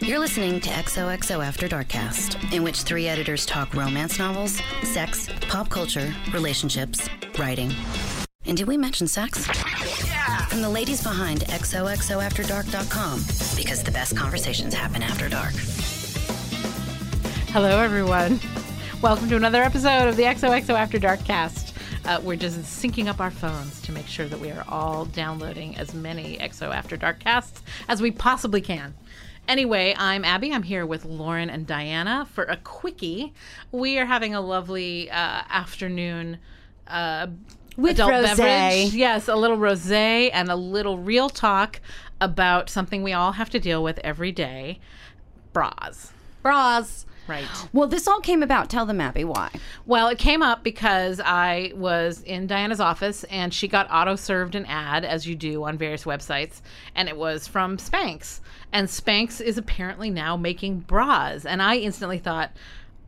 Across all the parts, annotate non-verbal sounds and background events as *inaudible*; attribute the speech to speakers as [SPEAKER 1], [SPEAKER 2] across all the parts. [SPEAKER 1] You're listening to XOXO After Darkcast, in which three editors talk romance novels, sex, pop culture, relationships, writing. And did we mention sex? From the ladies behind XOXOAfterDark.com, because the best conversations happen after dark.
[SPEAKER 2] Hello, everyone. *laughs* Welcome to another episode of the XOXO After Dark cast. Uh, we're just syncing up our phones to make sure that we are all downloading as many XO After Dark casts as we possibly can. Anyway, I'm Abby. I'm here with Lauren and Diana for a quickie. We are having a lovely uh, afternoon uh,
[SPEAKER 3] With
[SPEAKER 2] adult
[SPEAKER 3] rosé.
[SPEAKER 2] beverage. Yes, a little rosé and a little real talk about something we all have to deal with every day: bras.
[SPEAKER 3] bras. *gasps*
[SPEAKER 2] Right.
[SPEAKER 3] Well, this all came about. Tell them, Abby, why.
[SPEAKER 2] Well, it came up because I was in Diana's office and she got auto served an ad, as you do on various websites, and it was from Spanx. And Spanx is apparently now making bras. And I instantly thought,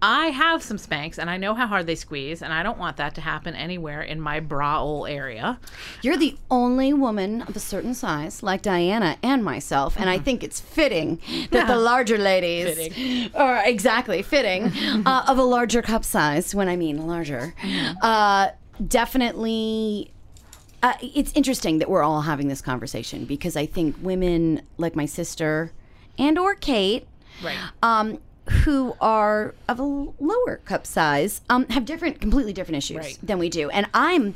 [SPEAKER 2] I have some Spanx and I know how hard they squeeze, and I don't want that to happen anywhere in my bra hole area.
[SPEAKER 3] You're the only woman of a certain size, like Diana and myself, and I think it's fitting that the larger ladies, or exactly fitting, uh, of a larger cup size. When I mean larger, uh, definitely. Uh, it's interesting that we're all having this conversation because I think women like my sister and or Kate
[SPEAKER 2] Right.
[SPEAKER 3] um, who are of a l- lower cup size um, have different, completely different issues
[SPEAKER 2] Right.
[SPEAKER 3] than we do. And I'm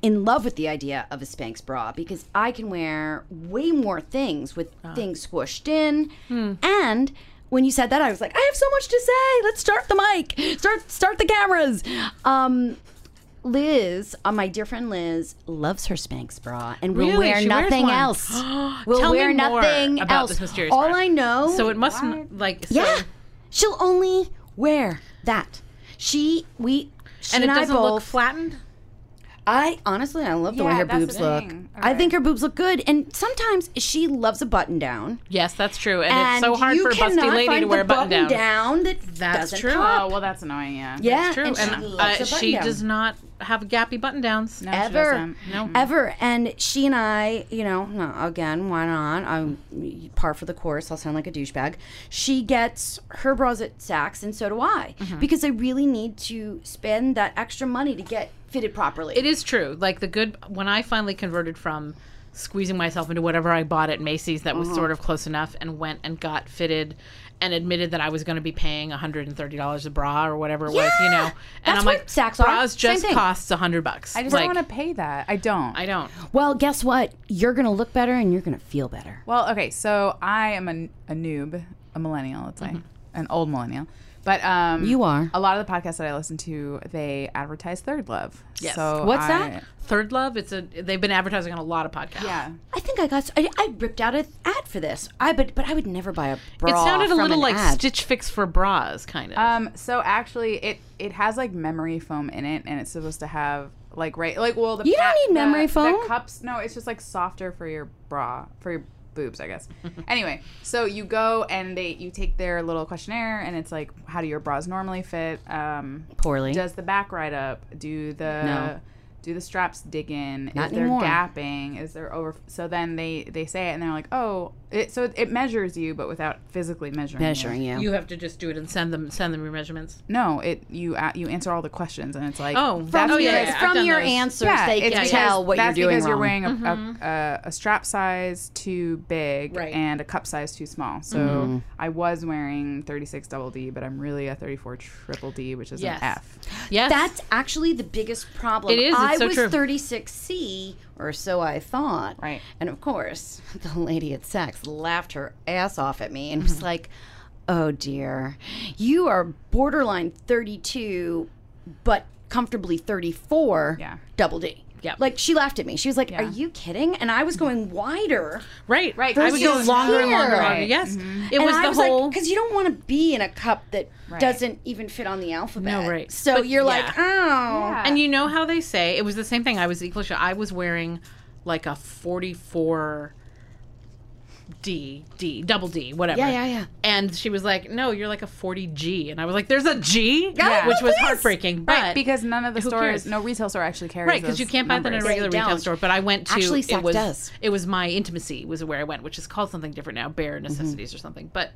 [SPEAKER 3] in love with the idea of a Spanx bra because I can wear way more things with
[SPEAKER 2] Ah.
[SPEAKER 3] things squished in.
[SPEAKER 2] Hmm.
[SPEAKER 3] And when you said that, I was like, I have so much to say. Let's start the mic. Start, start the cameras. Um, Liz, uh, my dear friend Liz, loves her Spanx bra and will
[SPEAKER 2] Really?
[SPEAKER 3] wear
[SPEAKER 2] She wears
[SPEAKER 3] nothing
[SPEAKER 2] one. *gasps*
[SPEAKER 3] else. will
[SPEAKER 2] Tell me
[SPEAKER 3] wear
[SPEAKER 2] more
[SPEAKER 3] nothing
[SPEAKER 2] about
[SPEAKER 3] else.
[SPEAKER 2] this mysterious
[SPEAKER 3] All
[SPEAKER 2] bra.
[SPEAKER 3] I know.
[SPEAKER 2] So it must, n- like, so,
[SPEAKER 3] Yeah, she'll only wear that. She we she
[SPEAKER 2] and
[SPEAKER 3] and,
[SPEAKER 2] it
[SPEAKER 3] I
[SPEAKER 2] doesn't
[SPEAKER 3] both.
[SPEAKER 2] look flattened.
[SPEAKER 3] I honestly, I love the way
[SPEAKER 4] Yeah,
[SPEAKER 3] her
[SPEAKER 4] that's the
[SPEAKER 3] boobs look.
[SPEAKER 4] thing.
[SPEAKER 3] I think her boobs look good, and sometimes she loves a button down.
[SPEAKER 2] Yes, that's true. And,
[SPEAKER 3] And
[SPEAKER 2] it's so hard
[SPEAKER 3] you
[SPEAKER 2] for a
[SPEAKER 3] cannot
[SPEAKER 2] busty lady
[SPEAKER 3] find
[SPEAKER 2] to wear
[SPEAKER 3] the
[SPEAKER 2] a button down.
[SPEAKER 3] that
[SPEAKER 2] That's
[SPEAKER 3] doesn't
[SPEAKER 2] true.
[SPEAKER 3] pop.
[SPEAKER 4] Oh well, that's annoying. Yeah.
[SPEAKER 3] yeah,
[SPEAKER 2] True.
[SPEAKER 3] and,
[SPEAKER 2] And,
[SPEAKER 3] she
[SPEAKER 2] uh,
[SPEAKER 3] loves a button
[SPEAKER 2] she
[SPEAKER 3] down.
[SPEAKER 2] does not have gappy button downs.
[SPEAKER 4] No, she
[SPEAKER 3] ever,
[SPEAKER 4] doesn't. No.
[SPEAKER 3] ever. And she and I, you know, no, again, why not? I'm par for the course. I'll sound like a douchebag. She gets her bras at Saks, and so do I, because I really need to spend that extra money to get fitted properly.
[SPEAKER 2] it is true. Like the good when I finally converted from squeezing myself into whatever I bought at Macy's that was
[SPEAKER 3] Mm-hmm.
[SPEAKER 2] sort of close enough and went and got fitted and admitted that I was going to be paying $130 a bra or whatever it was, you know.
[SPEAKER 3] Yeah!
[SPEAKER 2] And
[SPEAKER 3] That's
[SPEAKER 2] I'm
[SPEAKER 3] what
[SPEAKER 2] like
[SPEAKER 3] Saks are.
[SPEAKER 2] bras
[SPEAKER 3] Same
[SPEAKER 2] just
[SPEAKER 3] thing.
[SPEAKER 2] costs 100 bucks.
[SPEAKER 4] I just
[SPEAKER 2] like,
[SPEAKER 4] don't want to pay that. I don't.
[SPEAKER 2] I don't.
[SPEAKER 3] Well, guess what? You're gonna look better, and you're gonna feel better.
[SPEAKER 4] Well, okay. So I am a, a noob, a millennial. Let's say
[SPEAKER 2] Mm-hmm.
[SPEAKER 4] an old millennial. But um,
[SPEAKER 3] You are.
[SPEAKER 4] A lot of the podcasts that I listen to, they advertise Third Love.
[SPEAKER 2] Yes.
[SPEAKER 4] So
[SPEAKER 3] What's
[SPEAKER 4] I-
[SPEAKER 3] that?
[SPEAKER 2] Third Love, it's a they've been advertising on a lot of podcasts.
[SPEAKER 4] Yeah.
[SPEAKER 3] I think I got. s- I, I ripped out an ad for this. I but but I would never buy a bra.
[SPEAKER 2] It sounded a
[SPEAKER 3] from
[SPEAKER 2] little
[SPEAKER 3] an
[SPEAKER 2] like
[SPEAKER 3] ad. Uh,
[SPEAKER 2] Stitch Fix for bras kind of.
[SPEAKER 4] Um. So actually, it it has like memory foam in it, and it's supposed to have like right like well the
[SPEAKER 3] You don't
[SPEAKER 4] pa-
[SPEAKER 3] need
[SPEAKER 4] the-
[SPEAKER 3] memory foam.
[SPEAKER 4] The cups. No, it's just like softer for your bra for your boobs, I guess.
[SPEAKER 3] *laughs*
[SPEAKER 4] anyway, so you go and they you take their little questionnaire, and it's like how do your bras normally fit? Um,
[SPEAKER 3] poorly.
[SPEAKER 4] does the back ride up? Do the
[SPEAKER 3] No.
[SPEAKER 4] do the straps dig in?
[SPEAKER 3] Not
[SPEAKER 4] is there
[SPEAKER 3] anymore.
[SPEAKER 4] gapping? Is there over? So then they they say it, and they're like, oh, it, so it measures you, but without physically measuring you.
[SPEAKER 3] measuring you.
[SPEAKER 2] you have to just do it and send them send them your measurements.
[SPEAKER 4] No, it you a you answer all the questions, and it's like
[SPEAKER 2] Oh,
[SPEAKER 4] that's
[SPEAKER 2] oh, yeah,
[SPEAKER 4] because-
[SPEAKER 2] yeah, I've
[SPEAKER 3] From
[SPEAKER 2] done
[SPEAKER 3] your
[SPEAKER 2] those.
[SPEAKER 3] answers,
[SPEAKER 4] yeah,
[SPEAKER 3] they
[SPEAKER 4] it's
[SPEAKER 3] can
[SPEAKER 4] because
[SPEAKER 3] tell what
[SPEAKER 4] that's
[SPEAKER 3] you're doing wrong.
[SPEAKER 4] because you're wearing a, a, a, a strap size too big
[SPEAKER 2] Right.
[SPEAKER 4] and a cup size too small. So I was wearing 36 double D, but I'm really a 34 triple D, which is
[SPEAKER 2] Yes.
[SPEAKER 4] an F.
[SPEAKER 2] Yes.
[SPEAKER 3] That's actually the biggest problem.
[SPEAKER 2] It is, it's
[SPEAKER 3] I
[SPEAKER 2] so
[SPEAKER 3] was
[SPEAKER 2] true.
[SPEAKER 3] 36C, or so I thought.
[SPEAKER 4] Right.
[SPEAKER 3] And of course, *laughs* the lady at Saks laughed her ass off at me and
[SPEAKER 2] Mm-hmm.
[SPEAKER 3] was like, oh dear, you are borderline 32, but comfortably 34
[SPEAKER 4] Yeah.
[SPEAKER 3] double D.
[SPEAKER 2] Yep.
[SPEAKER 3] Like she laughed at me. She was like,
[SPEAKER 4] Yeah.
[SPEAKER 3] "Are you kidding?" And I was going wider.
[SPEAKER 2] right.
[SPEAKER 4] Right,
[SPEAKER 2] I
[SPEAKER 4] versus
[SPEAKER 2] would go longer and longer. and longer.
[SPEAKER 3] here.
[SPEAKER 2] Yes. It was
[SPEAKER 3] Mm-hmm. and
[SPEAKER 2] the
[SPEAKER 3] I was
[SPEAKER 2] whole
[SPEAKER 3] because you don't want to be in a cup that doesn't even fit on the alphabet.
[SPEAKER 2] No, right.
[SPEAKER 3] So
[SPEAKER 2] But-
[SPEAKER 3] you're like,
[SPEAKER 2] yeah.
[SPEAKER 3] oh,
[SPEAKER 2] And you know how they say it was the same thing. I was equally. shocked. I was wearing like a forty-four D, D, double D, whatever.
[SPEAKER 3] Yeah, yeah, yeah.
[SPEAKER 2] And she was like, no, you're like a 40G. And I was like, there's a G? Which was heartbreaking. But
[SPEAKER 4] right, because none of the
[SPEAKER 2] who
[SPEAKER 4] stores,
[SPEAKER 2] cares?
[SPEAKER 4] no retail store actually carries.
[SPEAKER 2] Right, because you
[SPEAKER 4] those
[SPEAKER 2] can't buy that in a
[SPEAKER 4] numbers.
[SPEAKER 2] regular
[SPEAKER 3] They
[SPEAKER 2] retail
[SPEAKER 3] don't.
[SPEAKER 2] store. But I went to
[SPEAKER 3] Actually,
[SPEAKER 2] it
[SPEAKER 3] Saks
[SPEAKER 2] was
[SPEAKER 3] does.
[SPEAKER 2] it was my intimacy was where I went, which is called something different now,
[SPEAKER 3] Mm-hmm.
[SPEAKER 2] bare necessities or something. But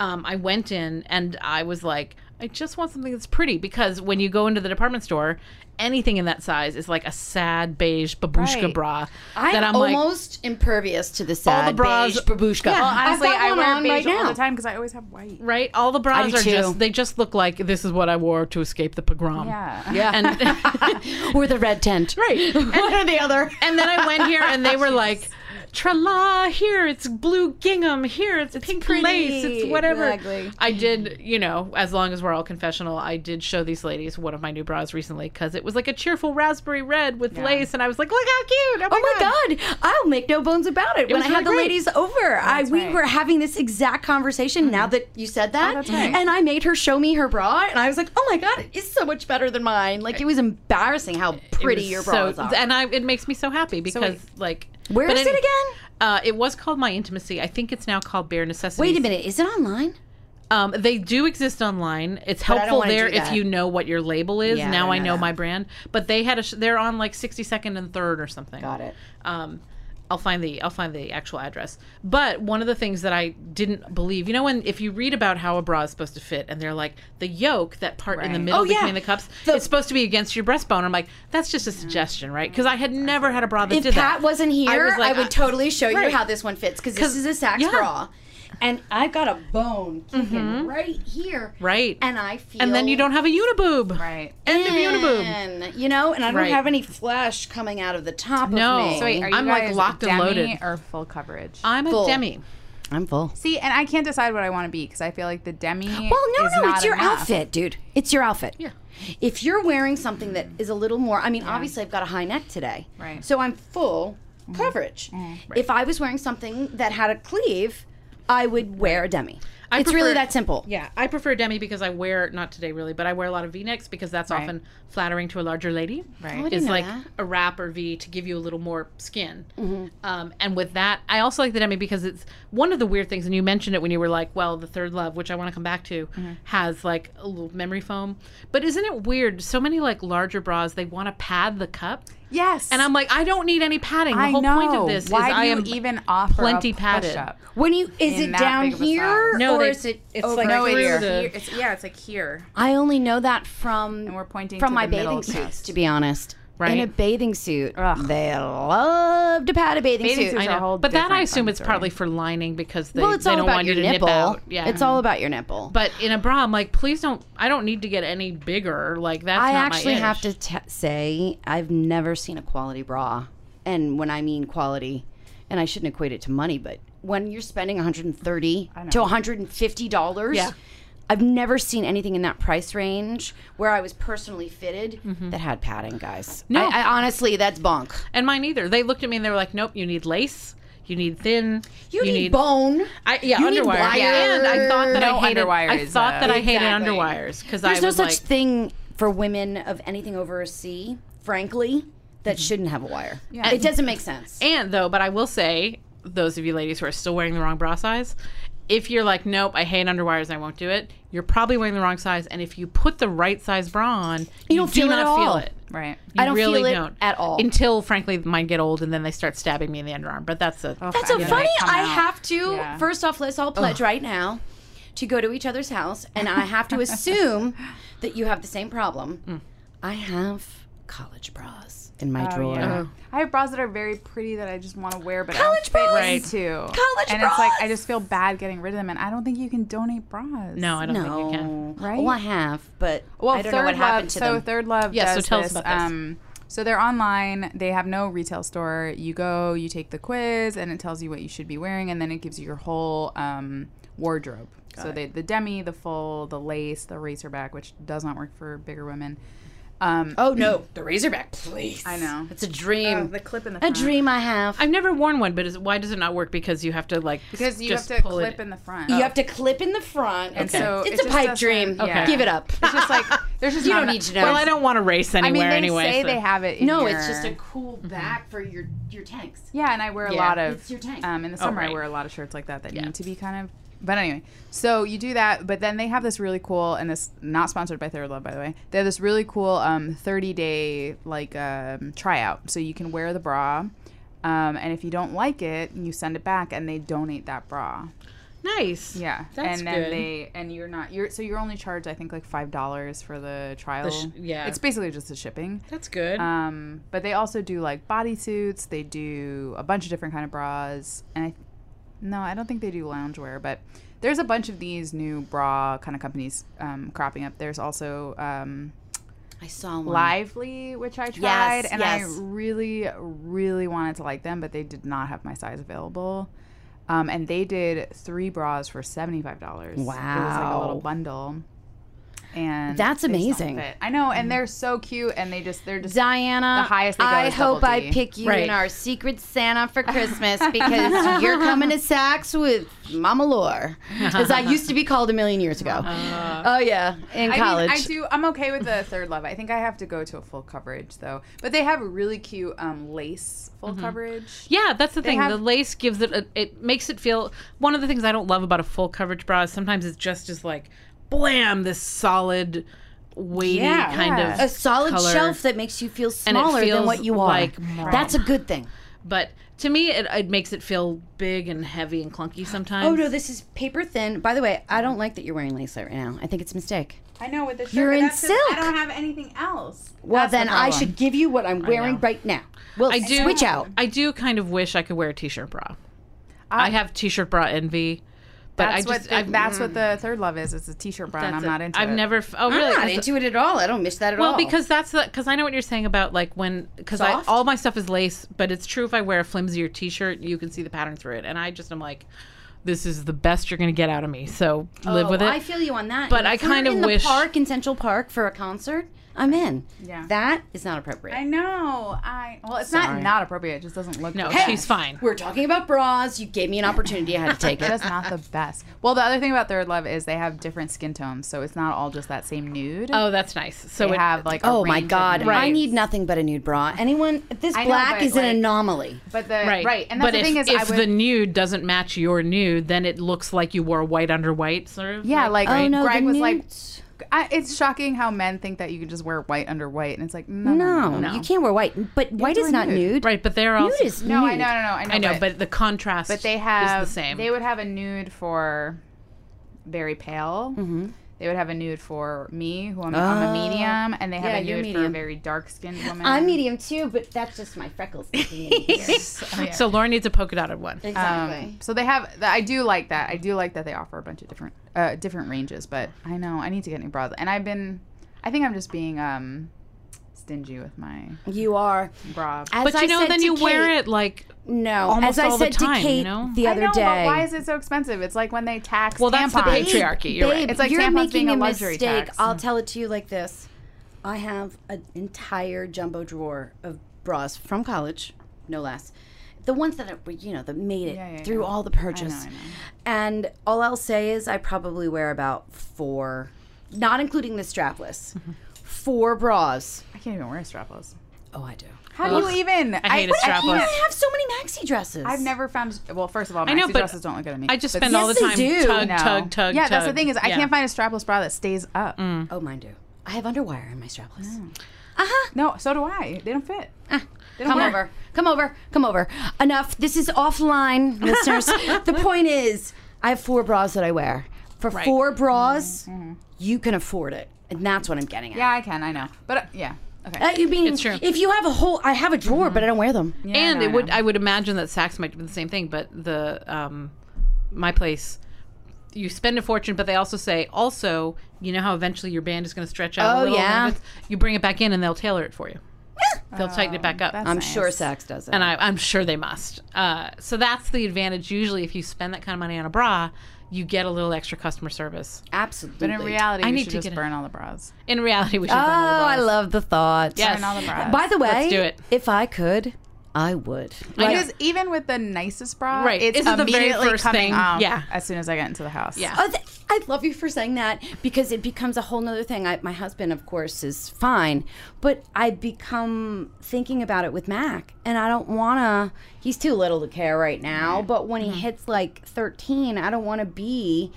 [SPEAKER 2] um, I went in and I was like, I just want something that's pretty because when you go into the department store, anything in that size is like a sad beige babushka
[SPEAKER 4] Right.
[SPEAKER 2] bra
[SPEAKER 3] I'm,
[SPEAKER 2] that I'm like.
[SPEAKER 3] almost impervious to the sad
[SPEAKER 2] the bras-
[SPEAKER 3] beige babushka.
[SPEAKER 2] Yeah,
[SPEAKER 3] I've
[SPEAKER 4] Honestly,
[SPEAKER 3] got
[SPEAKER 4] I
[SPEAKER 3] one
[SPEAKER 4] wear
[SPEAKER 3] on
[SPEAKER 4] beige
[SPEAKER 3] right
[SPEAKER 4] all
[SPEAKER 3] now.
[SPEAKER 4] the time because I always have white.
[SPEAKER 2] Right, all the bras
[SPEAKER 3] do
[SPEAKER 2] are
[SPEAKER 3] too.
[SPEAKER 2] just—they just look like this is what I wore to escape the pogrom.
[SPEAKER 4] Yeah.
[SPEAKER 3] Yeah,
[SPEAKER 2] and *laughs*
[SPEAKER 3] *laughs* we're the red tent.
[SPEAKER 2] Right.
[SPEAKER 3] one *laughs* or the other.
[SPEAKER 2] And then I went here
[SPEAKER 3] *laughs*
[SPEAKER 2] and they were like, Trala, here it's blue gingham, here it's, pink
[SPEAKER 3] pretty."
[SPEAKER 2] lace, it's whatever.
[SPEAKER 4] Exactly.
[SPEAKER 2] I did, you know, as long as we're all confessional, I did show these ladies one of my new bras recently because it was like a cheerful raspberry red with lace, and I was like, look how cute! Oh my,
[SPEAKER 3] Oh my God! I'll make no bones about it. when
[SPEAKER 2] was
[SPEAKER 3] I
[SPEAKER 2] really
[SPEAKER 3] had the
[SPEAKER 2] great.
[SPEAKER 3] ladies over, I we
[SPEAKER 4] right.
[SPEAKER 3] were having this exact conversation. Now that you said that,
[SPEAKER 4] that's right.
[SPEAKER 3] and I made her show me her bra, and I was like, "Oh my God, it's so much better than mine!" Like it was embarrassing how
[SPEAKER 2] It
[SPEAKER 3] pretty
[SPEAKER 2] was
[SPEAKER 3] your bras
[SPEAKER 2] so,
[SPEAKER 3] are.
[SPEAKER 2] And I, it makes me so happy because,
[SPEAKER 4] wait,
[SPEAKER 2] like,
[SPEAKER 3] Where
[SPEAKER 2] but
[SPEAKER 3] is it again?
[SPEAKER 2] Uh, it was called My Intimacy. I think it's now called Bare Necessities.
[SPEAKER 3] Wait a minute, is it online?
[SPEAKER 2] Um, they do exist online. It's
[SPEAKER 3] I don't
[SPEAKER 2] helpful
[SPEAKER 3] wanna
[SPEAKER 2] there
[SPEAKER 3] do
[SPEAKER 2] if
[SPEAKER 3] that.
[SPEAKER 2] you know what your label is.
[SPEAKER 3] Yeah, I
[SPEAKER 2] now
[SPEAKER 3] don't
[SPEAKER 2] I know
[SPEAKER 3] know that.
[SPEAKER 2] my brand, but they had a sh- they're on like 62nd and 3rd or something.
[SPEAKER 3] Got it.
[SPEAKER 2] Um, I'll find the I'll find the actual address. But one of the things that I didn't believe, you know, when if you read about how a bra is supposed to fit, and they're like the yoke that part in the
[SPEAKER 4] Right.
[SPEAKER 2] middle
[SPEAKER 3] Oh, yeah.
[SPEAKER 2] between the cups,
[SPEAKER 3] The-
[SPEAKER 2] it's supposed to be against your breastbone. I'm like, that's just a suggestion, right? Because I had never had a bra that
[SPEAKER 3] If
[SPEAKER 2] did
[SPEAKER 3] Pat
[SPEAKER 2] that.
[SPEAKER 3] wasn't here, I,
[SPEAKER 2] was like,
[SPEAKER 3] would
[SPEAKER 2] I-
[SPEAKER 3] totally show
[SPEAKER 2] Right.
[SPEAKER 3] you how this one fits because
[SPEAKER 2] 'Cause-
[SPEAKER 3] this is a Saks
[SPEAKER 2] yeah. Mm-hmm.
[SPEAKER 3] bra, and I've got a bone kicking right here,
[SPEAKER 2] right,
[SPEAKER 3] and I feel.
[SPEAKER 2] and then you don't have a uniboob.
[SPEAKER 4] Right.
[SPEAKER 2] End of uniboob.
[SPEAKER 3] in, You know, and I don't
[SPEAKER 2] Right.
[SPEAKER 3] have any flesh coming out of the top
[SPEAKER 2] No.
[SPEAKER 3] of me.
[SPEAKER 4] So wait, are you
[SPEAKER 2] I'm, like,
[SPEAKER 4] guys
[SPEAKER 2] locked and
[SPEAKER 4] demi
[SPEAKER 2] loaded.
[SPEAKER 4] or full coverage?
[SPEAKER 2] I'm a
[SPEAKER 3] Full.
[SPEAKER 2] demi.
[SPEAKER 3] I'm full.
[SPEAKER 4] See, and I can't decide what I want to be because I feel like the demi.
[SPEAKER 3] Well, no,
[SPEAKER 4] is
[SPEAKER 3] no,
[SPEAKER 4] not
[SPEAKER 3] it's your
[SPEAKER 4] enough.
[SPEAKER 3] outfit, dude. It's your outfit.
[SPEAKER 2] Yeah.
[SPEAKER 3] If you're wearing something that is a little more, I mean, obviously I've got a high neck today.
[SPEAKER 4] Right.
[SPEAKER 3] So I'm full
[SPEAKER 2] Mm-hmm.
[SPEAKER 3] coverage. If I was wearing something that had a cleave, I would wear a demi.
[SPEAKER 2] I
[SPEAKER 3] it's really
[SPEAKER 2] prefer-
[SPEAKER 3] that simple.
[SPEAKER 2] Yeah, I prefer demi because I wear not today really, but I wear a lot of V-necks because that's
[SPEAKER 4] Right.
[SPEAKER 2] often flattering to a larger lady.
[SPEAKER 4] Right. Oh, I
[SPEAKER 2] It's
[SPEAKER 3] know
[SPEAKER 2] like
[SPEAKER 3] that.
[SPEAKER 2] a wrap or V to give you a little more skin.
[SPEAKER 4] Mm-hmm.
[SPEAKER 2] Um, and with that, I also like the demi because it's one of the weird things, and you mentioned it when you were like, "Well, the third love," which I want to come back to,
[SPEAKER 4] Mm-hmm.
[SPEAKER 2] has like a little memory foam. But isn't it weird? So many like larger bras, they want to pad the cup,
[SPEAKER 4] Yes.
[SPEAKER 2] and I'm like, I don't need any padding. The
[SPEAKER 4] I
[SPEAKER 2] whole
[SPEAKER 4] know.
[SPEAKER 2] point of this
[SPEAKER 4] Why
[SPEAKER 2] is
[SPEAKER 4] do
[SPEAKER 2] I
[SPEAKER 4] you
[SPEAKER 2] am
[SPEAKER 4] even offer
[SPEAKER 2] plenty
[SPEAKER 4] a
[SPEAKER 2] padded.
[SPEAKER 4] push-up?
[SPEAKER 3] When you is
[SPEAKER 4] In
[SPEAKER 3] it
[SPEAKER 4] that
[SPEAKER 3] down
[SPEAKER 4] big of a
[SPEAKER 3] here
[SPEAKER 4] size.
[SPEAKER 2] No,
[SPEAKER 3] or
[SPEAKER 2] they-
[SPEAKER 3] is it
[SPEAKER 2] it's
[SPEAKER 3] over
[SPEAKER 2] like
[SPEAKER 4] No,
[SPEAKER 3] here?
[SPEAKER 4] it
[SPEAKER 2] through
[SPEAKER 4] is.
[SPEAKER 2] the-
[SPEAKER 4] Here- It's, yeah, it's like here.
[SPEAKER 3] I only know that from
[SPEAKER 4] And we're pointing
[SPEAKER 3] from
[SPEAKER 4] to
[SPEAKER 3] my
[SPEAKER 4] the middle
[SPEAKER 3] bathing suits,
[SPEAKER 4] chest.
[SPEAKER 3] to be honest.
[SPEAKER 2] Right.
[SPEAKER 3] In a bathing suit,
[SPEAKER 4] Ugh.
[SPEAKER 3] they love to pat a bathing,
[SPEAKER 4] Bathing
[SPEAKER 3] suit.
[SPEAKER 4] suits
[SPEAKER 2] I
[SPEAKER 4] It's a
[SPEAKER 2] know.
[SPEAKER 4] whole
[SPEAKER 2] but that I
[SPEAKER 4] different
[SPEAKER 2] assume
[SPEAKER 4] fun
[SPEAKER 2] it's
[SPEAKER 4] story.
[SPEAKER 2] partly for lining because they,
[SPEAKER 3] Well, it's
[SPEAKER 2] they
[SPEAKER 3] all
[SPEAKER 2] don't
[SPEAKER 3] about
[SPEAKER 2] want you
[SPEAKER 3] your
[SPEAKER 2] to
[SPEAKER 3] nipple.
[SPEAKER 2] nip out. Yeah,
[SPEAKER 3] It's all about your nipple.
[SPEAKER 2] But in a bra, I'm like, please don't. I don't need to get any bigger. Like that's.
[SPEAKER 3] I
[SPEAKER 2] not
[SPEAKER 3] actually
[SPEAKER 2] my
[SPEAKER 3] have
[SPEAKER 2] ish.
[SPEAKER 3] to t- say I've never seen a quality bra, and when I mean quality, and I shouldn't equate it to money, but when you're spending 130 to 150 dollars,
[SPEAKER 2] Yeah.
[SPEAKER 3] I've never seen anything in that price range where I was personally fitted
[SPEAKER 2] Mm-hmm.
[SPEAKER 3] that had padding, guys. No, I, I honestly, that's bonk.
[SPEAKER 2] And mine either. They looked at me and they were like, nope. You need lace. You need thin.
[SPEAKER 3] You, need, bone.
[SPEAKER 2] I, yeah,
[SPEAKER 3] you need
[SPEAKER 2] underwire.
[SPEAKER 3] wire.
[SPEAKER 2] And I thought that
[SPEAKER 4] No
[SPEAKER 2] I hated.
[SPEAKER 4] underwire
[SPEAKER 2] I
[SPEAKER 4] is,
[SPEAKER 2] thought
[SPEAKER 4] uh,
[SPEAKER 2] that I hated
[SPEAKER 3] Exactly.
[SPEAKER 2] underwires because I
[SPEAKER 3] There's
[SPEAKER 2] was
[SPEAKER 3] no such
[SPEAKER 2] like,
[SPEAKER 3] thing for women of anything over a C, frankly, that
[SPEAKER 2] Mm-hmm.
[SPEAKER 3] shouldn't have a wire.
[SPEAKER 4] Yeah.
[SPEAKER 3] It doesn't make sense.
[SPEAKER 2] And though, but I will say, those of you ladies who are still wearing the wrong bra size, if you're like, nope, I hate underwires, I won't do it, you're probably wearing the wrong size. And if you put the right size bra on, you,
[SPEAKER 3] don't
[SPEAKER 2] do
[SPEAKER 3] feel it
[SPEAKER 2] not
[SPEAKER 3] at
[SPEAKER 2] feel
[SPEAKER 3] all.
[SPEAKER 2] it.
[SPEAKER 4] Right.
[SPEAKER 2] You
[SPEAKER 3] I don't
[SPEAKER 2] really
[SPEAKER 3] feel it
[SPEAKER 2] don't
[SPEAKER 3] at all.
[SPEAKER 2] until, frankly, mine get old and then they start stabbing me in the underarm. But that's a
[SPEAKER 3] That's so
[SPEAKER 4] Yeah.
[SPEAKER 3] funny.
[SPEAKER 4] They come
[SPEAKER 3] I
[SPEAKER 4] out.
[SPEAKER 3] have to.
[SPEAKER 4] Yeah.
[SPEAKER 3] First off, let's all pledge right now to go to each other's house, and I have
[SPEAKER 4] *laughs*
[SPEAKER 3] to assume that you have the same problem.
[SPEAKER 4] Mm.
[SPEAKER 3] I have college bras in my drawer.
[SPEAKER 4] Oh, Yeah. I have bras that are very pretty that I just want to wear, but
[SPEAKER 3] College
[SPEAKER 4] I don't
[SPEAKER 3] bras!
[SPEAKER 4] fit
[SPEAKER 2] Right.
[SPEAKER 4] into.
[SPEAKER 3] College
[SPEAKER 4] and it's like I
[SPEAKER 3] bras!
[SPEAKER 4] just feel bad getting rid of them, and I don't think you can donate bras.
[SPEAKER 2] no, I don't think you can.
[SPEAKER 3] No,
[SPEAKER 4] Right?
[SPEAKER 3] Well, I have, but
[SPEAKER 4] Well,
[SPEAKER 3] I don't
[SPEAKER 4] Third
[SPEAKER 3] know what
[SPEAKER 4] Love,
[SPEAKER 3] happened to
[SPEAKER 4] so
[SPEAKER 3] them.
[SPEAKER 4] Third Love.
[SPEAKER 2] Yeah, so
[SPEAKER 4] does
[SPEAKER 2] tell us
[SPEAKER 4] this,
[SPEAKER 2] about this.
[SPEAKER 4] Um, so they're online. They have no retail store. You go, you take the quiz, and it tells you what you should be wearing, and then it gives you your whole um, wardrobe. so they, the demi, the full, the lace, the racerback, which does not work for bigger women. Um,
[SPEAKER 3] oh no, the Razorback, please.
[SPEAKER 4] I know.
[SPEAKER 3] it's a dream.
[SPEAKER 4] Oh, the clip in
[SPEAKER 3] a
[SPEAKER 4] the front.
[SPEAKER 3] dream I have.
[SPEAKER 2] I've never worn one, but is, why does it not work? Because you have to like
[SPEAKER 4] Because you have
[SPEAKER 2] just
[SPEAKER 4] to
[SPEAKER 2] pull
[SPEAKER 4] clip
[SPEAKER 2] it.
[SPEAKER 4] in the front.
[SPEAKER 3] you have to clip in the front.
[SPEAKER 4] And so
[SPEAKER 3] it's
[SPEAKER 4] it
[SPEAKER 3] a
[SPEAKER 4] just
[SPEAKER 3] pipe
[SPEAKER 4] doesn't-
[SPEAKER 3] dream.
[SPEAKER 4] Okay.
[SPEAKER 3] Give it up.
[SPEAKER 4] It's just like There's just
[SPEAKER 3] You
[SPEAKER 4] not
[SPEAKER 3] don't
[SPEAKER 4] enough-
[SPEAKER 3] need to know.
[SPEAKER 2] Well, I don't want to race
[SPEAKER 4] I mean,
[SPEAKER 2] anywhere
[SPEAKER 4] they
[SPEAKER 2] anyway.
[SPEAKER 4] say
[SPEAKER 2] so-
[SPEAKER 4] they have it. In
[SPEAKER 3] No,
[SPEAKER 4] your- Mm-hmm.
[SPEAKER 3] it's just a cool bag for your your tanks.
[SPEAKER 4] Yeah, and I wear a
[SPEAKER 2] Yeah.
[SPEAKER 4] lot of.
[SPEAKER 3] It's your tank.
[SPEAKER 4] Um, in the summer,
[SPEAKER 2] Oh, right.
[SPEAKER 4] I wear a lot of shirts like that that
[SPEAKER 2] Yeah.
[SPEAKER 4] need to be kind of. But anyway, so you do that, but then they have this really cool, and this not sponsored by Third Love, by the way. They have this really cool um, 30 day like um, tryout, so you can wear the bra, um, and if you don't like it, you send it back, and they donate that bra.
[SPEAKER 2] nice.
[SPEAKER 4] Yeah,
[SPEAKER 2] That's
[SPEAKER 4] and then
[SPEAKER 2] good.
[SPEAKER 4] they and you're not you're so you're only charged I think like five dollars for the trial.
[SPEAKER 2] sh- yeah.
[SPEAKER 4] it's basically just the shipping.
[SPEAKER 2] That's good.
[SPEAKER 4] Um, but they also do like bodysuits. They do a bunch of different kind of bras, and I, no, I don't think they do loungewear. But there's a bunch of these new bra kind of companies um, cropping up. There's also um,
[SPEAKER 3] I saw one.
[SPEAKER 4] Lively, which I tried, and
[SPEAKER 3] Mm. yes.
[SPEAKER 4] I really, really wanted to like them, but they did not have my size available. Um, and they did three bras for seventy five dollars. it was like a
[SPEAKER 3] Wow.
[SPEAKER 4] little bundle. And
[SPEAKER 3] That's
[SPEAKER 4] they still
[SPEAKER 3] amazing. Mm.
[SPEAKER 4] fit. I know, and they're so cute, and they just they're just
[SPEAKER 3] Diana,
[SPEAKER 4] The highest they go
[SPEAKER 3] I
[SPEAKER 4] is
[SPEAKER 3] hope
[SPEAKER 4] double
[SPEAKER 3] I
[SPEAKER 4] D.
[SPEAKER 3] pick you
[SPEAKER 2] Right.
[SPEAKER 3] in our secret Santa *laughs* for Christmas because you're coming to Saks with Mama Lore, as I used to be called a million years ago. oh yeah, in
[SPEAKER 4] I
[SPEAKER 3] college.
[SPEAKER 4] Mean, I do. I'm okay with the third love. I think I have to go to a full coverage though. But they have a really cute um, lace full coverage.
[SPEAKER 2] Yeah, that's the thing.
[SPEAKER 4] have-
[SPEAKER 2] the lace gives it. A, it makes it feel. One of the things I don't love about a full coverage bra is sometimes it's just as like, blam, this solid, weighty
[SPEAKER 4] Yeah.
[SPEAKER 2] kind
[SPEAKER 4] Yeah.
[SPEAKER 2] of
[SPEAKER 3] a solid
[SPEAKER 2] color.
[SPEAKER 3] shelf that makes you feel
[SPEAKER 2] And it
[SPEAKER 3] smaller than
[SPEAKER 2] feels
[SPEAKER 3] what you are.
[SPEAKER 2] like mom.
[SPEAKER 3] That's a good thing.
[SPEAKER 2] But to me, it, it makes it feel big and heavy and clunky sometimes.
[SPEAKER 3] Oh no, this is paper thin. By the way, I don't like that you're wearing lace right now. I think it's a mistake.
[SPEAKER 4] I know with the shirt.
[SPEAKER 3] You're
[SPEAKER 4] but
[SPEAKER 3] in
[SPEAKER 4] that's 'cause
[SPEAKER 3] silk.
[SPEAKER 4] I don't have anything else.
[SPEAKER 3] Well,
[SPEAKER 4] That's the
[SPEAKER 3] then I
[SPEAKER 4] problem.
[SPEAKER 3] should give you what I'm wearing
[SPEAKER 2] know.
[SPEAKER 3] right now. We'll
[SPEAKER 2] I do
[SPEAKER 3] switch out.
[SPEAKER 2] I do kind of wish I could wear a t-shirt bra. I, have t-shirt bra envy, but
[SPEAKER 4] That's
[SPEAKER 2] I just
[SPEAKER 4] what the,
[SPEAKER 2] I've,
[SPEAKER 4] that's what the third love is. It's a t-shirt bra, and I'm
[SPEAKER 2] that's it.
[SPEAKER 4] not into
[SPEAKER 2] I've
[SPEAKER 4] it.
[SPEAKER 2] never. f- Oh really?
[SPEAKER 3] I'm not
[SPEAKER 2] That's-
[SPEAKER 3] into it at all. I don't miss that at all.
[SPEAKER 2] Well, because that's the because I know what you're saying about like when because I
[SPEAKER 3] Soft?
[SPEAKER 2] all my stuff is lace, but it's true if I wear a flimsier T-shirt, you can see the pattern through it, and I just am like, this is the best you're gonna get out of me, so live
[SPEAKER 3] Oh,
[SPEAKER 2] with it.
[SPEAKER 3] I feel you on that.
[SPEAKER 2] But I
[SPEAKER 3] If we're
[SPEAKER 2] kind of
[SPEAKER 3] in the
[SPEAKER 2] wish-
[SPEAKER 3] park in Central Park for a concert. I'm in.
[SPEAKER 4] Yeah.
[SPEAKER 3] That is not appropriate.
[SPEAKER 4] I know. I well, it's
[SPEAKER 3] Sorry.
[SPEAKER 4] not not appropriate. It just doesn't look.
[SPEAKER 2] no,
[SPEAKER 4] the best.
[SPEAKER 2] she's fine.
[SPEAKER 3] We're talking about bras. You gave me an opportunity. I had to take
[SPEAKER 4] It's
[SPEAKER 3] it.
[SPEAKER 4] *laughs* just not the best. Well, the other thing about Third Love is they have different skin tones, so it's not all just that same nude.
[SPEAKER 2] Oh, that's nice. So
[SPEAKER 4] they
[SPEAKER 2] it,
[SPEAKER 4] have like. a
[SPEAKER 3] Oh my
[SPEAKER 4] range of
[SPEAKER 3] God!
[SPEAKER 4] nudes.
[SPEAKER 3] I need nothing but a nude bra. Anyone? This
[SPEAKER 4] I know,
[SPEAKER 3] black
[SPEAKER 4] but,
[SPEAKER 3] is an
[SPEAKER 4] like-
[SPEAKER 3] anomaly.
[SPEAKER 4] But the
[SPEAKER 2] Right,
[SPEAKER 4] right, and that's
[SPEAKER 2] but
[SPEAKER 4] the
[SPEAKER 2] if,
[SPEAKER 4] thing is,
[SPEAKER 2] if
[SPEAKER 4] I would,
[SPEAKER 2] the nude doesn't match your nude, then it looks like you wore white under white, sort of.
[SPEAKER 4] Yeah, like,
[SPEAKER 3] Oh no!
[SPEAKER 4] Greg
[SPEAKER 3] the
[SPEAKER 4] was like,
[SPEAKER 3] nudes.
[SPEAKER 4] I, it's shocking how men think that you can just wear white under white, and it's like no, no,
[SPEAKER 3] no, you can't wear white. But white is
[SPEAKER 4] doing
[SPEAKER 3] not
[SPEAKER 4] nude.
[SPEAKER 3] nude.
[SPEAKER 2] right. But they're also
[SPEAKER 3] Nude is
[SPEAKER 4] no, I
[SPEAKER 3] nude.
[SPEAKER 4] know, no, no, I know,
[SPEAKER 2] I know, but, the contrast.
[SPEAKER 4] but they have
[SPEAKER 2] is the same.
[SPEAKER 4] They would have a nude for very pale.
[SPEAKER 3] Mm-hmm.
[SPEAKER 4] They would have a nude for me, who I'm, I'm a medium, and they
[SPEAKER 3] Ah. Yeah,
[SPEAKER 4] have
[SPEAKER 3] you're
[SPEAKER 4] a nude for a
[SPEAKER 3] medium.
[SPEAKER 4] very dark skinned
[SPEAKER 3] *laughs*
[SPEAKER 4] woman.
[SPEAKER 3] I'm medium too, but that's just my freckles.
[SPEAKER 2] *laughs*
[SPEAKER 3] exactly.
[SPEAKER 4] So, yeah.
[SPEAKER 2] so Lauren needs a polka dotted one.
[SPEAKER 4] Um, so they have. th- I do like that. I do like that they offer a bunch of different uh, different ranges. But I know I need to get new bras, and I've been. I think I'm just being um, stingy with my
[SPEAKER 3] you are.
[SPEAKER 4] bra.
[SPEAKER 3] As
[SPEAKER 2] But
[SPEAKER 3] I
[SPEAKER 2] you know,
[SPEAKER 3] said
[SPEAKER 2] then
[SPEAKER 3] to
[SPEAKER 2] you wear
[SPEAKER 3] Kate-
[SPEAKER 2] it like
[SPEAKER 3] No,
[SPEAKER 2] almost
[SPEAKER 3] as I
[SPEAKER 2] all the
[SPEAKER 3] said
[SPEAKER 2] time,
[SPEAKER 3] to
[SPEAKER 2] you
[SPEAKER 3] Kate
[SPEAKER 2] know?
[SPEAKER 3] the
[SPEAKER 4] I
[SPEAKER 3] other
[SPEAKER 4] know,
[SPEAKER 3] day.
[SPEAKER 4] But why is it so expensive? It's like when they tax.
[SPEAKER 2] Well, that's the
[SPEAKER 4] tampons.
[SPEAKER 2] patri- patriarchy, you're right.
[SPEAKER 4] It's like
[SPEAKER 3] you're
[SPEAKER 4] tampons
[SPEAKER 3] making
[SPEAKER 4] being
[SPEAKER 3] a,
[SPEAKER 4] a luxary
[SPEAKER 3] mistake.
[SPEAKER 4] tax. Mm.
[SPEAKER 3] I'll tell it to you like this: I have an entire jumbo drawer of bras from college, no less. The ones that are, you know that made it
[SPEAKER 4] Yeah, yeah, I
[SPEAKER 3] through
[SPEAKER 4] know.
[SPEAKER 3] all the purchase,
[SPEAKER 4] I know.
[SPEAKER 3] and all I'll say is I probably wear about four, not including the
[SPEAKER 4] *laughs*
[SPEAKER 3] strapless, four bras.
[SPEAKER 4] I can't even wear strapless.
[SPEAKER 3] Oh, I do.
[SPEAKER 4] How do you even? I
[SPEAKER 2] hate a strapless.
[SPEAKER 3] I
[SPEAKER 2] Strapless.
[SPEAKER 3] have so many maxi dresses.
[SPEAKER 4] I've never found. Well, first of all, my
[SPEAKER 2] I know, but
[SPEAKER 4] dresses don't look good at me.
[SPEAKER 2] I just
[SPEAKER 4] But
[SPEAKER 2] spend all the
[SPEAKER 3] Yes, they
[SPEAKER 2] time
[SPEAKER 3] do.
[SPEAKER 2] tug,
[SPEAKER 4] no.
[SPEAKER 2] tug, tug.
[SPEAKER 4] Yeah, that's the
[SPEAKER 2] tug.
[SPEAKER 4] thing is I
[SPEAKER 2] Yeah. Mm.
[SPEAKER 4] can't find a strapless bra that stays up.
[SPEAKER 3] Oh, mine do. I have underwire in my strapless.
[SPEAKER 4] Oh. No, so do I. They don't fit.
[SPEAKER 3] Come over. Come over. Come over. Enough. This is
[SPEAKER 4] *laughs*
[SPEAKER 3] offline, listeners. the point is, I have four bras that I wear. For four bras, you can afford it. And that's what I'm getting at.
[SPEAKER 4] Mm-hmm. Yeah, I can. I know. But uh, yeah. Okay.
[SPEAKER 3] Uh, you mean,
[SPEAKER 2] It's true.
[SPEAKER 3] If you have a whole, I have a drawer, but I don't wear them.
[SPEAKER 4] Mm-hmm. Yeah,
[SPEAKER 2] And
[SPEAKER 4] no,
[SPEAKER 2] it
[SPEAKER 4] I
[SPEAKER 2] would.
[SPEAKER 4] know.
[SPEAKER 2] I would imagine that Saks might do the same thing, but the um, my place. You spend a fortune, but they also say, also, you know how eventually your band is going to stretch out. a
[SPEAKER 3] Oh,
[SPEAKER 2] little,
[SPEAKER 3] yeah.
[SPEAKER 2] and it's- you bring it back in, and they'll tailor it for you. they'll tighten it back up,
[SPEAKER 4] Oh, that's
[SPEAKER 3] I'm
[SPEAKER 4] nice.
[SPEAKER 3] sure Saks does it.
[SPEAKER 2] and I, I'm sure they must. Uh, so that's the advantage. Usually, if you spend that kind of money on a bra, you get a little extra customer service.
[SPEAKER 3] Absolutely.
[SPEAKER 4] But in reality,
[SPEAKER 2] I
[SPEAKER 4] we
[SPEAKER 2] need
[SPEAKER 4] should
[SPEAKER 2] to
[SPEAKER 4] just
[SPEAKER 2] get a-
[SPEAKER 4] burn all the bras.
[SPEAKER 2] In reality, we should.
[SPEAKER 3] oh,
[SPEAKER 2] burn all the
[SPEAKER 3] I
[SPEAKER 2] bras.
[SPEAKER 3] love the thought.
[SPEAKER 2] Yes.
[SPEAKER 4] Burn all the bras.
[SPEAKER 3] By the way,
[SPEAKER 2] do it.
[SPEAKER 3] if I could, I would.
[SPEAKER 4] Because even with the nicest bra,
[SPEAKER 2] Right.
[SPEAKER 4] it's
[SPEAKER 2] Is it the very
[SPEAKER 4] immediately
[SPEAKER 2] first
[SPEAKER 4] coming
[SPEAKER 2] thing?
[SPEAKER 4] off
[SPEAKER 2] Yeah.
[SPEAKER 4] as soon as I get into the house.
[SPEAKER 2] Yeah.
[SPEAKER 3] Oh, th- I love you for saying that because it becomes a whole nother thing. I, my husband, of course, is fine, but I become thinking about it with Mac, and I don't want to. He's too little to care right now, but when
[SPEAKER 4] Mm-hmm.
[SPEAKER 3] he hits like 13, I don't want to be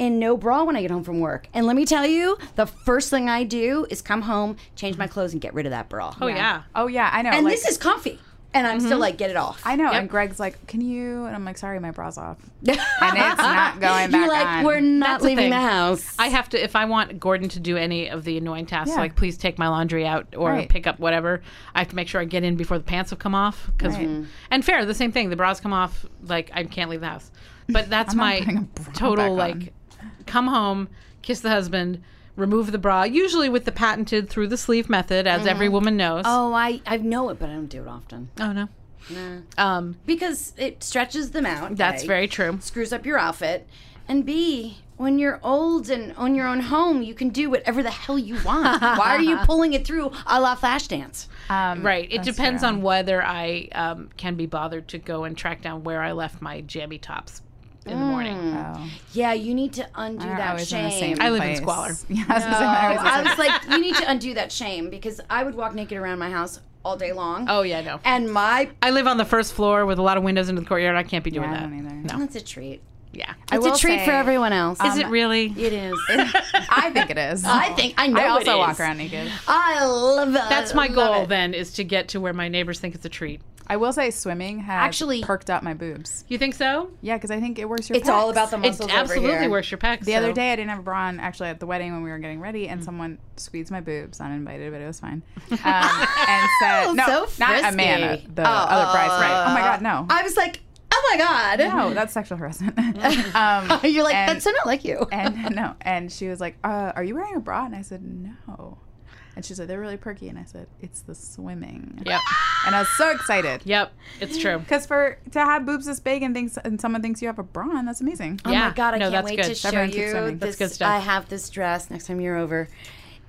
[SPEAKER 3] in no bra when I get home from work. And let me tell you, the first thing I do is come home, change my clothes, and get rid of that bra.
[SPEAKER 2] Oh yeah.
[SPEAKER 4] Oh yeah, I know.
[SPEAKER 3] and
[SPEAKER 4] like,
[SPEAKER 3] this is comfy, and I'm still like, get it off.
[SPEAKER 4] I know.
[SPEAKER 2] Yep.
[SPEAKER 4] And Greg's like, "Can you?" And I'm like, "Sorry, my bra's off." and it's
[SPEAKER 3] *laughs*
[SPEAKER 4] not going back
[SPEAKER 3] You're like,
[SPEAKER 4] on.
[SPEAKER 3] we're not
[SPEAKER 2] That's
[SPEAKER 3] leaving
[SPEAKER 2] thing.
[SPEAKER 3] the house.
[SPEAKER 2] I have to if I want Gordon to do any of the annoying tasks,
[SPEAKER 4] Yeah.
[SPEAKER 2] like please take my laundry out or
[SPEAKER 4] Right.
[SPEAKER 2] pick up whatever. I have to make sure I get in before the pants have come off. Because and fair, the same thing. The bras come off, like I can't leave the house.
[SPEAKER 4] *laughs*
[SPEAKER 2] But that's
[SPEAKER 4] not
[SPEAKER 2] my
[SPEAKER 4] putting a bra back
[SPEAKER 2] total
[SPEAKER 4] on.
[SPEAKER 2] like come home, kiss the husband, remove the bra. Usually with the patented through the sleeve method, as
[SPEAKER 4] Mm-hmm.
[SPEAKER 2] every woman knows.
[SPEAKER 3] Oh, I, I know it, but I don't do it often.
[SPEAKER 2] Oh, no. Um,
[SPEAKER 3] because it stretches them out.
[SPEAKER 2] that's
[SPEAKER 3] A,
[SPEAKER 2] very true.
[SPEAKER 3] screws up your outfit, and B. When you're old and on your own home, you can do whatever the hell you
[SPEAKER 4] *laughs*
[SPEAKER 3] want. Why are you pulling it through a la Flashdance?
[SPEAKER 4] Um,
[SPEAKER 2] Right. It
[SPEAKER 4] that's
[SPEAKER 2] depends
[SPEAKER 4] true.
[SPEAKER 2] on whether I um, can be bothered to go and track down where I left my jammy tops in the
[SPEAKER 3] Mm.
[SPEAKER 2] morning.
[SPEAKER 4] Oh.
[SPEAKER 3] Yeah, you need to undo
[SPEAKER 4] They're
[SPEAKER 3] that
[SPEAKER 4] always in the
[SPEAKER 3] shame.
[SPEAKER 4] same
[SPEAKER 2] I live in
[SPEAKER 4] place.
[SPEAKER 2] squalor.
[SPEAKER 4] *laughs* Yeah, I was gonna say, I was
[SPEAKER 3] I was like, you need
[SPEAKER 4] *laughs*
[SPEAKER 3] to undo that shame because I would walk naked around my house all day long.
[SPEAKER 2] Oh yeah, no.
[SPEAKER 3] And my
[SPEAKER 2] I live on the first floor with a lot of windows into the courtyard. I can't be doing
[SPEAKER 4] Yeah, I
[SPEAKER 2] that.
[SPEAKER 4] don't either.
[SPEAKER 2] No.
[SPEAKER 3] that's a treat.
[SPEAKER 2] Yeah.
[SPEAKER 4] I
[SPEAKER 3] It's a
[SPEAKER 4] will
[SPEAKER 3] treat for
[SPEAKER 4] say- um,
[SPEAKER 3] everyone else.
[SPEAKER 2] Is it really?
[SPEAKER 3] it
[SPEAKER 4] *laughs*
[SPEAKER 3] is.
[SPEAKER 4] I think it is.
[SPEAKER 3] *laughs* I think I know.
[SPEAKER 4] I
[SPEAKER 3] it
[SPEAKER 4] also
[SPEAKER 3] is.
[SPEAKER 4] walk around naked.
[SPEAKER 3] I love it.
[SPEAKER 2] That's my
[SPEAKER 3] Love
[SPEAKER 2] goal
[SPEAKER 3] it.
[SPEAKER 2] then is to get to where my neighbors think it's a treat.
[SPEAKER 4] I will say swimming has
[SPEAKER 3] Actually-
[SPEAKER 4] actually perked up my boobs.
[SPEAKER 2] You think so?
[SPEAKER 4] Yeah, because I think it works your.
[SPEAKER 3] It's all
[SPEAKER 4] pecs.
[SPEAKER 3] about the muscles
[SPEAKER 2] it
[SPEAKER 3] over
[SPEAKER 2] absolutely
[SPEAKER 3] here.
[SPEAKER 2] works your pecs.
[SPEAKER 4] The
[SPEAKER 2] so-
[SPEAKER 4] other day, I didn't have a bra on actually at the wedding when we were getting ready,
[SPEAKER 3] Mm.
[SPEAKER 4] and someone squeezed my boobs uninvited, but it
[SPEAKER 3] *laughs*
[SPEAKER 4] was fine. Um, and said,
[SPEAKER 3] so
[SPEAKER 4] "No, not
[SPEAKER 3] frisky. Uh,
[SPEAKER 4] Amanda, the other prize bride." Oh my god, no,
[SPEAKER 3] I was like, oh my god.
[SPEAKER 4] no, that's sexual harassment. *laughs* um,
[SPEAKER 3] *laughs* You're like,
[SPEAKER 4] and-
[SPEAKER 3] that's so not like you.
[SPEAKER 4] and *laughs* no, and she was like, uh, "Are you wearing a bra?" And I said, "No." And she's like, "They're really perky," and I said, "It's the swimming."
[SPEAKER 2] Yep.
[SPEAKER 4] And I was so excited.
[SPEAKER 2] Yep. It's true.
[SPEAKER 4] Because for to have boobs this big and thinks and someone thinks you have a bra on, that's amazing.
[SPEAKER 3] oh
[SPEAKER 2] yeah.
[SPEAKER 3] my god, I
[SPEAKER 2] No,
[SPEAKER 3] can't
[SPEAKER 2] that's
[SPEAKER 3] wait
[SPEAKER 2] good.
[SPEAKER 3] to show
[SPEAKER 4] Everyone keeps
[SPEAKER 3] you
[SPEAKER 4] swimming.
[SPEAKER 3] this.
[SPEAKER 2] That's good stuff.
[SPEAKER 3] I have this dress next time you're over.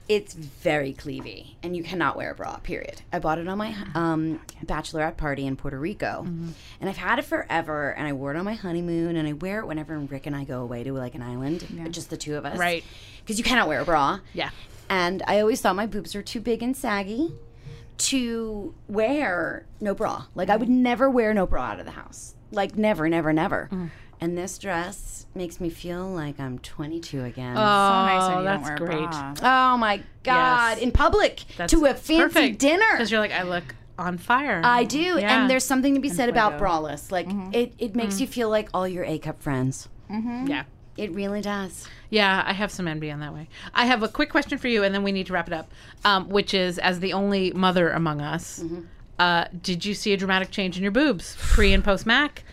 [SPEAKER 3] It's very cleavy, and you cannot wear a bra. Period. I bought it on my um, bachelorette party in Puerto Rico,
[SPEAKER 2] Mm-hmm.
[SPEAKER 3] and I've had it forever. And I wore it on my honeymoon, and I wear it whenever Rick and I go away to like an island, just the two of us,
[SPEAKER 2] Right.
[SPEAKER 3] Because you cannot wear a bra.
[SPEAKER 2] Yeah.
[SPEAKER 3] And I always thought my boobs were too big and saggy to wear no bra. Like I would
[SPEAKER 2] Mm.
[SPEAKER 3] never wear no bra out of the house. Like never, never, never.
[SPEAKER 2] Mm.
[SPEAKER 3] And this dress makes me feel like I'm 22 again.
[SPEAKER 2] Oh,
[SPEAKER 4] so nice when you
[SPEAKER 2] that's
[SPEAKER 4] don't wear
[SPEAKER 2] great.
[SPEAKER 4] a bra.
[SPEAKER 3] oh my god!
[SPEAKER 2] Yes.
[SPEAKER 3] In public to a fancy dinner.
[SPEAKER 2] Because you're like, I look on fire.
[SPEAKER 3] I do,
[SPEAKER 2] Yeah.
[SPEAKER 3] and there's something to be said about braless. Like
[SPEAKER 2] Mm-hmm.
[SPEAKER 3] it, it makes
[SPEAKER 2] Mm.
[SPEAKER 3] you feel like all your A cup friends.
[SPEAKER 2] Yeah.
[SPEAKER 3] It really does.
[SPEAKER 2] Yeah, I have some envy on that way. I have a quick question for you, and then we need to wrap it up, um, which is as the only mother among us, uh, did you see a dramatic change in your boobs pre and post Mac?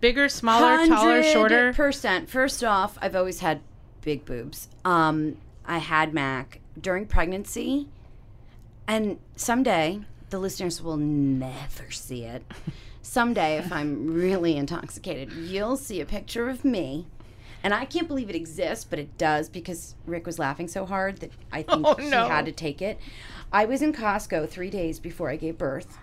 [SPEAKER 2] Bigger, smaller, taller, shorter?
[SPEAKER 3] Percent. First off, I've always had big boobs. Um, I had Mac during pregnancy, and someday the listeners will never see it. Someday, if I'm really intoxicated, you'll see a picture of me. And I can't believe it exists, but it does because Rick was laughing so hard that
[SPEAKER 2] *laughs*
[SPEAKER 3] I think
[SPEAKER 2] Oh,
[SPEAKER 3] he
[SPEAKER 2] no.
[SPEAKER 3] had to take it. I was in Costco three days before I
[SPEAKER 2] *gasps*
[SPEAKER 3] gave birth,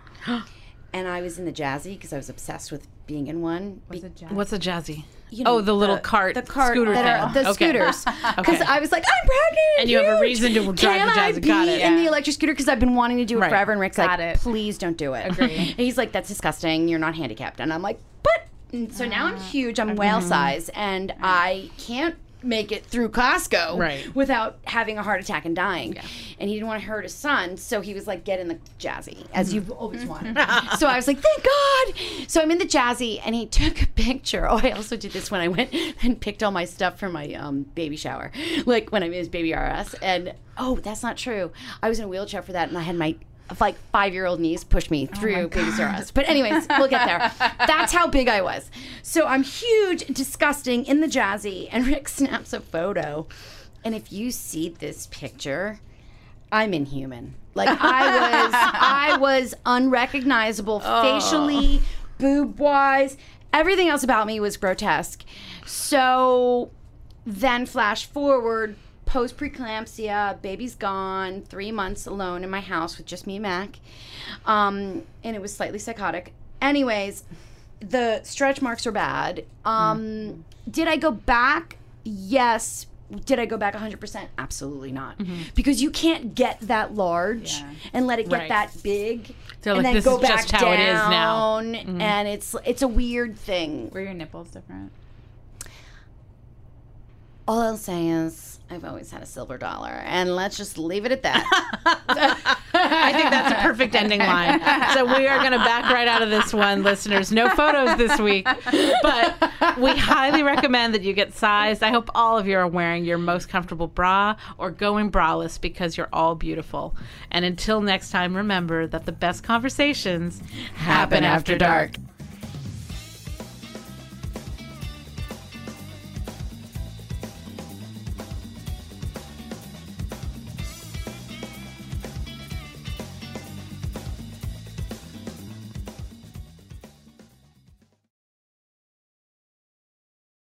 [SPEAKER 3] and I was in the Jazzy because I was obsessed with being in one. Be-
[SPEAKER 2] What's a jazzy?
[SPEAKER 3] you
[SPEAKER 2] oh, the little cart,
[SPEAKER 3] the cart
[SPEAKER 2] scooter
[SPEAKER 3] that
[SPEAKER 2] thing.
[SPEAKER 3] are the
[SPEAKER 2] Okay. *laughs*
[SPEAKER 3] scooters. Because
[SPEAKER 2] Okay.
[SPEAKER 3] I was like, I'm pregnant.
[SPEAKER 2] And you have a
[SPEAKER 3] huge.
[SPEAKER 2] reason to drive the
[SPEAKER 3] Can I
[SPEAKER 2] Jazz- got
[SPEAKER 3] be
[SPEAKER 2] it.
[SPEAKER 3] in the
[SPEAKER 4] Yeah.
[SPEAKER 3] electric scooter? Because I've been wanting to do it
[SPEAKER 2] Right.
[SPEAKER 3] forever. And Rick's
[SPEAKER 4] Got
[SPEAKER 3] like,
[SPEAKER 4] it.
[SPEAKER 3] please don't do it.
[SPEAKER 2] Agree.
[SPEAKER 3] *laughs* And he's like, that's disgusting. You're not handicapped. And I'm like, but and so now I'm
[SPEAKER 2] Ah.
[SPEAKER 3] huge.
[SPEAKER 2] Mm-hmm.
[SPEAKER 3] I'm whale size, and I can't make it through Costco
[SPEAKER 2] Right.
[SPEAKER 3] without having a heart attack and dying. And he didn't want to hurt his son, so he was like, "Get in the Jazzy, as you've always wanted." so I was like, "Thank God!" So I'm in the Jazzy, and he *laughs* took a picture. Oh, I also did this when I went *laughs* and picked all my stuff for my um, baby shower, like when I was baby RS. And oh, that's not true. I was in a wheelchair for that, and I had my like five year old niece push me through Baby Babies R Us. But anyways, we'll get there. That's how big I was. So I'm huge, disgusting, in the jazzy, and Rick snaps a photo. And if you see this picture, I'm inhuman. Like I was I was unrecognizable facially, boob wise, everything else about me was grotesque. So then flash forward post preeclampsia, baby's gone, three months alone in my house with just me and Mac. Um, and it was slightly psychotic. Anyways, the stretch marks are bad. Um,
[SPEAKER 2] Mm-hmm.
[SPEAKER 3] Did I go back? Yes. Did I go back 100%? Absolutely not.
[SPEAKER 2] Mm-hmm.
[SPEAKER 3] Because you can't get that large
[SPEAKER 4] Yeah.
[SPEAKER 3] and let it get
[SPEAKER 2] Right.
[SPEAKER 3] that big
[SPEAKER 2] So, like,
[SPEAKER 3] and then
[SPEAKER 2] this
[SPEAKER 3] go
[SPEAKER 2] is
[SPEAKER 3] back
[SPEAKER 2] just
[SPEAKER 3] down
[SPEAKER 2] how it is now. Mm-hmm.
[SPEAKER 3] and it's it's a weird thing.
[SPEAKER 4] Were your nipples different?
[SPEAKER 3] All I'll say is I've always had a silver dollar, and let's just leave it at that. *laughs*
[SPEAKER 2] I think that's a perfect ending line. So we are going to back right out of this one, listeners. No photos this week, but we highly recommend that you get sized. I hope all of you are wearing your most comfortable bra or going braless because you're all beautiful. And until next time, remember that the best conversations happen after dark.